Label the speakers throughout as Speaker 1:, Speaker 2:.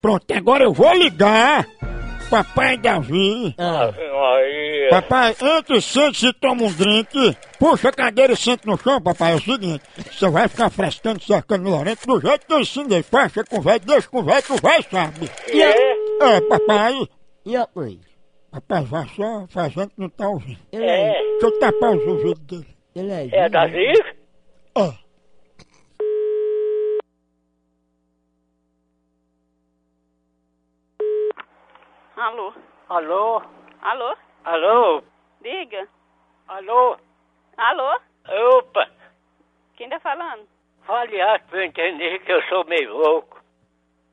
Speaker 1: Pronto, agora eu vou ligar. Papai Davi.
Speaker 2: Ah. Aí,
Speaker 1: Papai, entre sente se toma um drink. Puxa a cadeira e sente no chão, papai. É o seguinte, você vai ficar frescando, cercando no Lorento do jeito que eu ensinei. Fecha com o velho, deixa com o velho, que o velho sabe.
Speaker 2: é, é,
Speaker 1: É, papai.
Speaker 3: E a mãe?
Speaker 1: Papai, vai só fazendo que não tá ouvindo.
Speaker 3: Ele
Speaker 2: é,
Speaker 3: aí,
Speaker 1: Deixa eu tapar os ouvidos dele.
Speaker 3: ele aí.
Speaker 2: é da Zica?
Speaker 1: Ó.
Speaker 4: Alô?
Speaker 2: Alô?
Speaker 4: Alô?
Speaker 2: Alô?
Speaker 4: Diga.
Speaker 2: Alô?
Speaker 4: Alô?
Speaker 2: Opa!
Speaker 4: Quem tá falando?
Speaker 2: Fale alto pra eu entender que eu sou meio louco.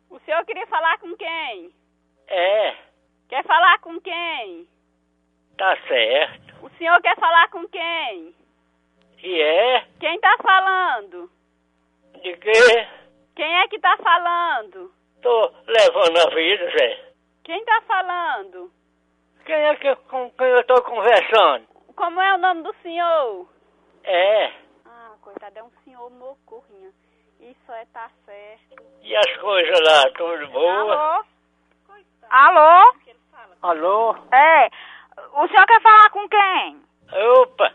Speaker 4: O senhor queria falar com quem?
Speaker 2: É,
Speaker 4: Quer falar com quem?
Speaker 2: tá certo.
Speaker 4: O senhor quer falar com quem?
Speaker 2: E é?
Speaker 4: Quem tá falando?
Speaker 2: De quê?
Speaker 4: Quem é que tá falando?
Speaker 2: Tô levando a vida, Zé.
Speaker 4: Quem tá falando?
Speaker 2: Quem é que, com quem eu tô conversando?
Speaker 4: Como é o nome do senhor?
Speaker 2: É,
Speaker 4: Ah, coitado, é um senhor mocorrinha. Isso é tá certo.
Speaker 2: e as coisas lá, tudo boa?
Speaker 4: Alô? Alô?
Speaker 2: Alô?
Speaker 4: É. O senhor quer falar com quem?
Speaker 2: Opa!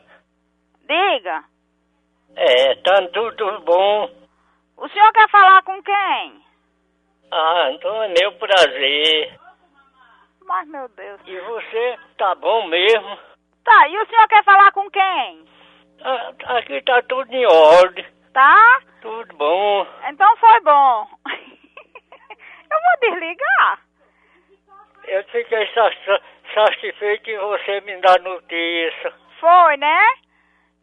Speaker 4: Diga.
Speaker 2: É, tá tudo bom.
Speaker 4: O senhor quer falar com quem?
Speaker 2: Ah, então é meu prazer.
Speaker 4: Mas, meu Deus.
Speaker 2: E você, tá bom mesmo?
Speaker 4: Tá, e o senhor quer falar com quem?
Speaker 2: Ah, Aqui tá tudo em ordem,
Speaker 4: Tá?
Speaker 2: tudo bom.
Speaker 4: Então foi bom. Eu vou desligar.
Speaker 2: Eu fiquei sa- sa- satisfeito em você me dar notícia.
Speaker 4: Foi, né?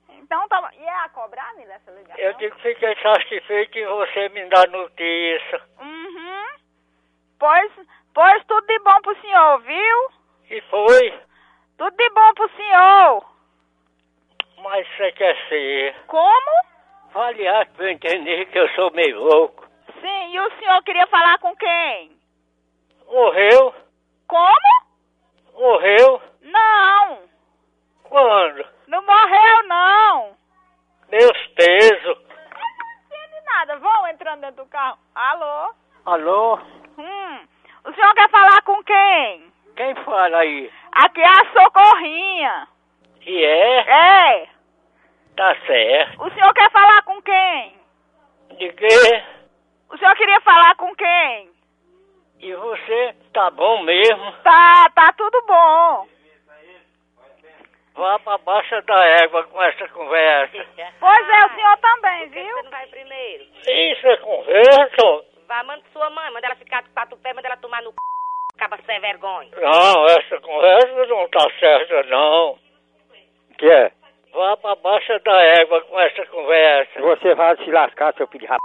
Speaker 4: Então tá bom. E é a cobrar, Nila, essa ligação?
Speaker 2: Eu digo, fiquei satisfeito em você me dar notícia.
Speaker 4: Uhum. Pois, pois tudo de bom pro senhor, viu?
Speaker 2: E foi,
Speaker 4: Tudo de bom pro senhor.
Speaker 2: mas você quer ser.
Speaker 4: Como?
Speaker 2: Fale alto pra eu entender que eu sou meio louco.
Speaker 4: Sim, e o senhor queria falar com quem?
Speaker 2: Morreu?
Speaker 4: Como?
Speaker 2: Morreu?
Speaker 4: Não.
Speaker 2: Quando?
Speaker 4: Não morreu, não.
Speaker 2: Meus pesos.
Speaker 4: Não sei de nada. Vão entrando dentro do carro. Alô?
Speaker 2: Alô?
Speaker 4: Hum, o senhor quer falar com quem?
Speaker 2: Quem fala aí?
Speaker 4: Aqui é a Socorrinha.
Speaker 2: E é?
Speaker 4: É.
Speaker 2: Tá certo.
Speaker 4: O senhor quer falar com quem?
Speaker 2: De quê?
Speaker 4: O senhor queria falar com quem?
Speaker 2: E você, tá bom mesmo?
Speaker 4: Tá, tá tudo bom.
Speaker 2: Vá pra baixa da égua com essa conversa.
Speaker 4: Pois é, o senhor também,
Speaker 5: Ah, Por que Você
Speaker 4: viu?
Speaker 5: não vai primeiro.
Speaker 2: Isso é conversa?
Speaker 5: Vai, manda sua mãe, manda ela ficar de quatro pés, manda ela tomar no c... Acaba sem vergonha.
Speaker 2: Não, essa conversa não tá certa, não.
Speaker 6: Que é?
Speaker 2: Vá pra baixa da égua com essa conversa.
Speaker 6: Você vai se lascar, seu filho de rap...